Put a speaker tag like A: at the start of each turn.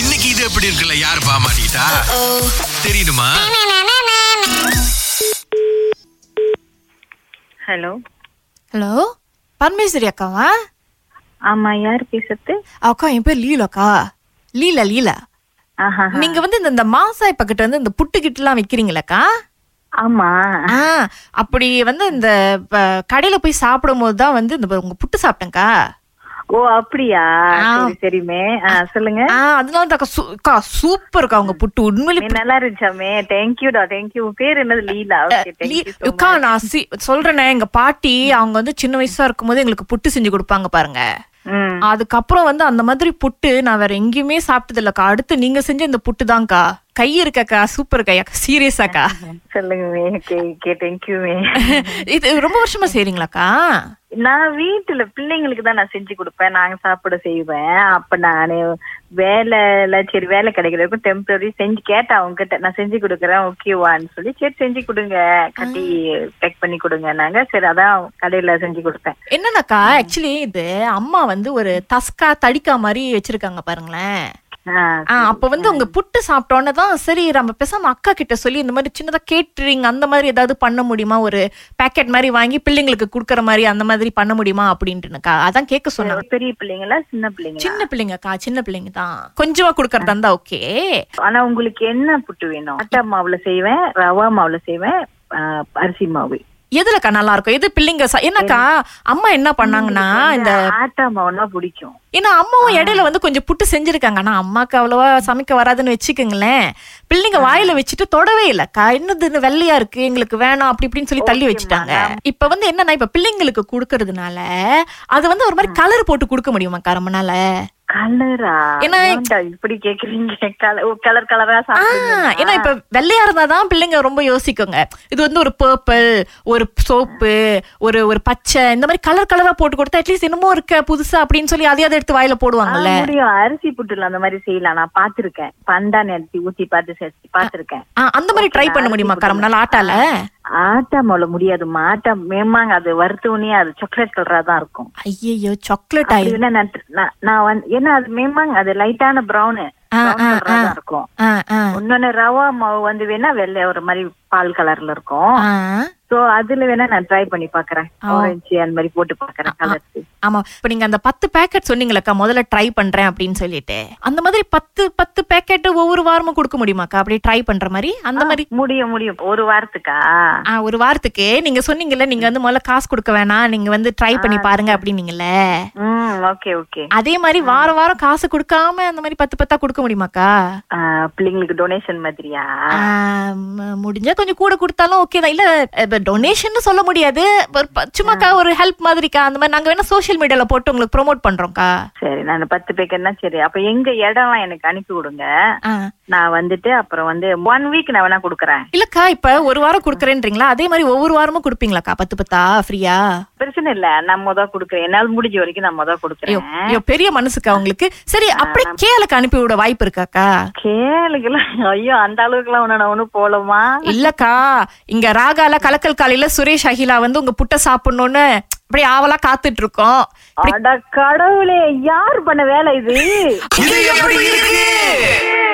A: இன்னைக்கு இது எப்படி இருக்குல்ல யாரு பாமாட்டா தெரியுமா
B: ஹலோ
C: ஹலோ பரமேஸ்வரி அக்காவா
B: ஆமா யார் பேசுறது
C: அக்கா என் பேர் லீலாக்கா லீலா லீலா
B: ஆஹா
C: நீங்க வந்து இந்த- இந்த மாசாய் பக்கெட் வந்து இந்த புட்டு கிட்டுலாம் விக்கிறீங்களக்கா
B: ஆமா
C: ஆ அப்படி வந்து இந்த ப- கடையில போய் சாப்பிடும் போது தான் வந்து இந்த உங்க புட்டு சாப்பிட்டேங்க்கா
B: ஓ அப்படியா
C: ஆ.
B: சரி சரிமே ஆ, சொல்லுங்க
C: ஆ அதனால தான் அக்கா சூ- அக்கா சூப்பர்க்கா உங்க புட்டு உண்மையிலே
B: நீ நல்லா இருந்துச்சாமே தேங்க்யூடா தேங்க்யூ உன் பேர் என்னது லீலா ஓகே
C: லீ-
B: தேங்க்யூ
C: அக்கா நான் சி- சொல்றேனே எங்க பாட்டி அவங்க வந்து சின்ன வயசா இருக்கும்போது எங்களுக்கு புட்டு செஞ்சு கொடுப்பாங்க பாருங்க
B: ம்
C: அதுக்கப்புறம் வந்து அந்த மாதிரி புட்டு நான் வேற எங்கேயுமே சாப்பிட்டது இல்லக்கா அடுத்து நீங்க செஞ்ச இந்த புட்டு தான்க்கா கை இருக்கக்கா சூப்பர் கையாக்கா சீரியஸாக்கா
B: சொல்லுங்கமே ஓகே ஓகே தேங்க்யூமே
C: இது ரொம்ப வருஷமா செய்றீங்களாக்கா
B: நான் வீட்டுல பிள்ளைங்களுக்கு தான் நான் செஞ்சு கொடுப்பேன் நாங்க சாப்பிட செய்வேன் அப்ப நானு வேலைல சரி வேலை கிடைக்கிற வரைக்கும் டெம்பரரி செஞ்சு கேட்டேன் அவங்ககிட்ட நான் செஞ்சு கொடுக்குறேன் ஓகேவான்னு சொல்லி சரி செஞ்சு கொடுங்க கட்டி பேக் பண்ணி கொடுங்க நாங்க சரி அதான் கடையில செஞ்சு கொடுப்பேன்
C: என்னன்னாக்கா ஆக்சுவலி இது அம்மா வந்து ஒரு தஸ்கா தடிக்கா மாதிரி வச்சிருக்காங்க பாருங்களேன்
B: ஆஹ்
C: ஆ, அப்ப வந்து உங்க புட்டு சாப்பிட்டோன்னே தான் சரி நம்ம பேசாம அக்கா கிட்ட சொல்லி இந்த மாதிரி சின்னதா கேட்ரிங் அந்த மாதிரி ஏதாவது பண்ண முடியுமா ஒரு பேக்கெட் மாதிரி வாங்கி பிள்ளைங்களுக்கு கொடுக்கற மாதிரி அந்த மாதிரி பண்ண முடியுமா அப்படின்ட்டுனுக்கா அதான் கேட்க சொன்னாங்க
B: பெரிய பிள்ளைங்களா சின்ன பிள்ளைங்களா
C: சின்ன பிள்ளைங்கக்கா சின்ன பிள்ளைங்க தான் கொஞ்சமா கொடுக்கறதா இருந்தா ஓகே
B: ஆனா உங்களுக்கு என்ன புட்டு வேணும் அட்டை மாவுல செய்வேன் ரவா மாவுல செய்வேன் ஆஹ் அரிசி மாவு
C: எதுலக்கா நல்லா இருக்கும் எது பிள்ளைங்க சா- என்னக்கா அம்மா என்ன பண்ணாங்கன்னா இந்த
B: ஆட்டா மாவுனா பிடிக்கும்
C: ஏன்னா அம்மாவும் இடையில வந்து கொஞ்சம் புட்டு செஞ்சிருக்காங்க ஆனா அம்மாக்கு அவ்வளவா சமைக்க வராதுன்னு வச்சுக்கோங்களேன் பிள்ளைங்க வாயில வச்சுட்டு தொடவே இல்லக்கா இன்னும் இது வெள்ளையா இருக்கு எங்களுக்கு வேணாம் அப்படி இப்படின்னு சொல்லி தள்ளி வச்சுட்டாங்க இப்ப வந்து என்னன்னா இப்ப பிள்ளைங்களுக்கு கொடுக்கறதுனால அது வந்து ஒரு மாதிரி கலர் போட்டு கொடுக்க முடியுமாக்கா நம்மனால
B: கலரா
C: ஏன்னா-
B: ஏன்டா இப்படி கேக்குறீங்க கலர் கலரா
C: ஆ, ஏன்னா இப்ப வெள்ளையா இருந்தாதான் பிள்ளைங்க ரொம்ப யோசிக்குங்க இது வந்து ஒரு பர்பிள் ஒரு சோப்பு ஒரு ஒரு பச்சை இந்த மாதிரி கலர் கலரா போட்டு கொடுத்தா அட்லீஸ்ட் என்னமோ இருக்க புதுசா அப்படின்னு சொல்லி அதையாவது எடுத்து வாயில போடுவாங்கல்ல
B: முடியும் அரிசி புட்டுல அந்த மாதிரி செய்யலாம் நான் பாத்திருக்கேன் பண்டான் அரிசி ஊத்தி பார்த்து செஞ்சு பாத்திருக்கேன்
C: ஆ, அந்த மாதிரி ட்ரை பண்ண முடியுமாக்கா ரொம்ப நாள் ஆட்டால
B: ஆட்டா மாவுல முடியாதுமா ஆட்டா மேமாங்க அது வறுத்தவுனே அது சாக்லேட் கலரா தான் இருக்கும்
C: ஐயையோ சாக்லேட்
B: அப்படி
C: ஆயில்
B: வேணா நான் tr- நான் நான் வந்து- ஏன்னா அது மேமாங்க அது லைட்டான ப்ரௌனு
C: ஆ, ஆ, ஆ.
B: தான் இருக்கும்
C: ஆ, ஆ,
B: இன்னொன்னு ரவா மாவு வந்து வேணா வெள்ளை ஒரு மாதிரி பால் கலர்ல இருக்கும்
C: ஆ.
B: சோ அதுல வேணா நான் ட்ரை பண்ணி பாக்குறேன் ஆரஞ்சு அந்த மாதிரி போட்டு பாக்குறேன் கலர்ஸ்
C: ஆமா இப்ப நீங்க அந்த பத்து பேக்கெட் சொன்னீங்களக்கா முதல்ல ட்ரை பண்றேன் அப்படின்னு சொல்லிட்டு அந்த மாதிரி பத்து பத்து பேக்கெட் ஒவ்வொரு வாரமும் கொடுக்க முடியுமாக்கா அப்படி ட்ரை பண்ற மாதிரி அந்த மாதிரி
B: முடியும் முடியும் ஒரு வாரத்துக்கா
C: ஆ, ஒரு வாரத்துக்கு நீங்க சொன்னீங்கல்ல நீங்க வந்து முதல்ல காசு கொடுக்க வேணாம் நீங்க வந்து ட்ரை பண்ணி பாருங்க அப்படின்னீங்கல்ல
B: ம் ஓகே ஓகே
C: அதே மாதிரி வாரம் வாரம் காசு கொடுக்காம அந்த மாதிரி பத்து பத்தா கொடுக்க முடியுமாக்கா
B: பிள்ளைங்களுக்கு டொனேஷன் மாதிரியா
C: ஆ, ம- முடிஞ்சா கொஞ்சம் கூட கொடுத்தாலும் ஓகே தான் இல்ல டொனேஷன் சொல்ல முடியாது ஒரு ப- சும்மாக்கா ஒரு ஹெல்ப் மாதிரிக்கா அந்த மாதிரி நாங்க வேணா சோஷியல் மீடியால போட்டு உங்களுக்கு ப்ரோமோட் பண்றோம்க்கா
B: சரி நான் பத்து பேக்கெட்னா சரி அப்ப எங்க இடம்லாம் எனக்கு அனுப்பி விடுங்க
C: ஆ.
B: நான் வந்துட்டு அப்புறம் வந்து ஒன் வீக் நான் வேணா கொடுக்குறேன்
C: இல்லக்கா இப்ப ஒரு வாரம் கொடுக்கறேன்றீங்களா அதே மாதிரி ஒவ்வொரு வாரமும் கொடுப்பீங்களாக்கா பத்து பத்தா ஃப்ரீயா
B: பிரச்சனை இல்ல நான் முத கொடுக்குறேன் என்னால் முடிஞ்ச வரைக்கும் நான் முத
C: ஐயோ
B: கொடுக்குறேன்
C: ஐயோ, பெரிய மனசுக்கா உங்களுக்கு சரி அப்படியே கேளுக்கு அனுப்பி விட வாய்ப்பு இருக்காக்கா
B: கேளுக்கெல்லாம் ஐயோ அந்த அளவுக்கு எல்லாம் ஒண்ணு நான் ஒண்ணும் போலமா
C: இல்லக்கா இங்க ராகால கலக்கல் காலையில சுரேஷ் அகிலா வந்து உங்க புட்டை சாப்பிடணும்னு அப்படியே ஆவலா காத்துட்டு இருக்கோம்
B: அட கடவுளே யார் பண்ண வேலை இது
A: இது எப்படி இருக்கு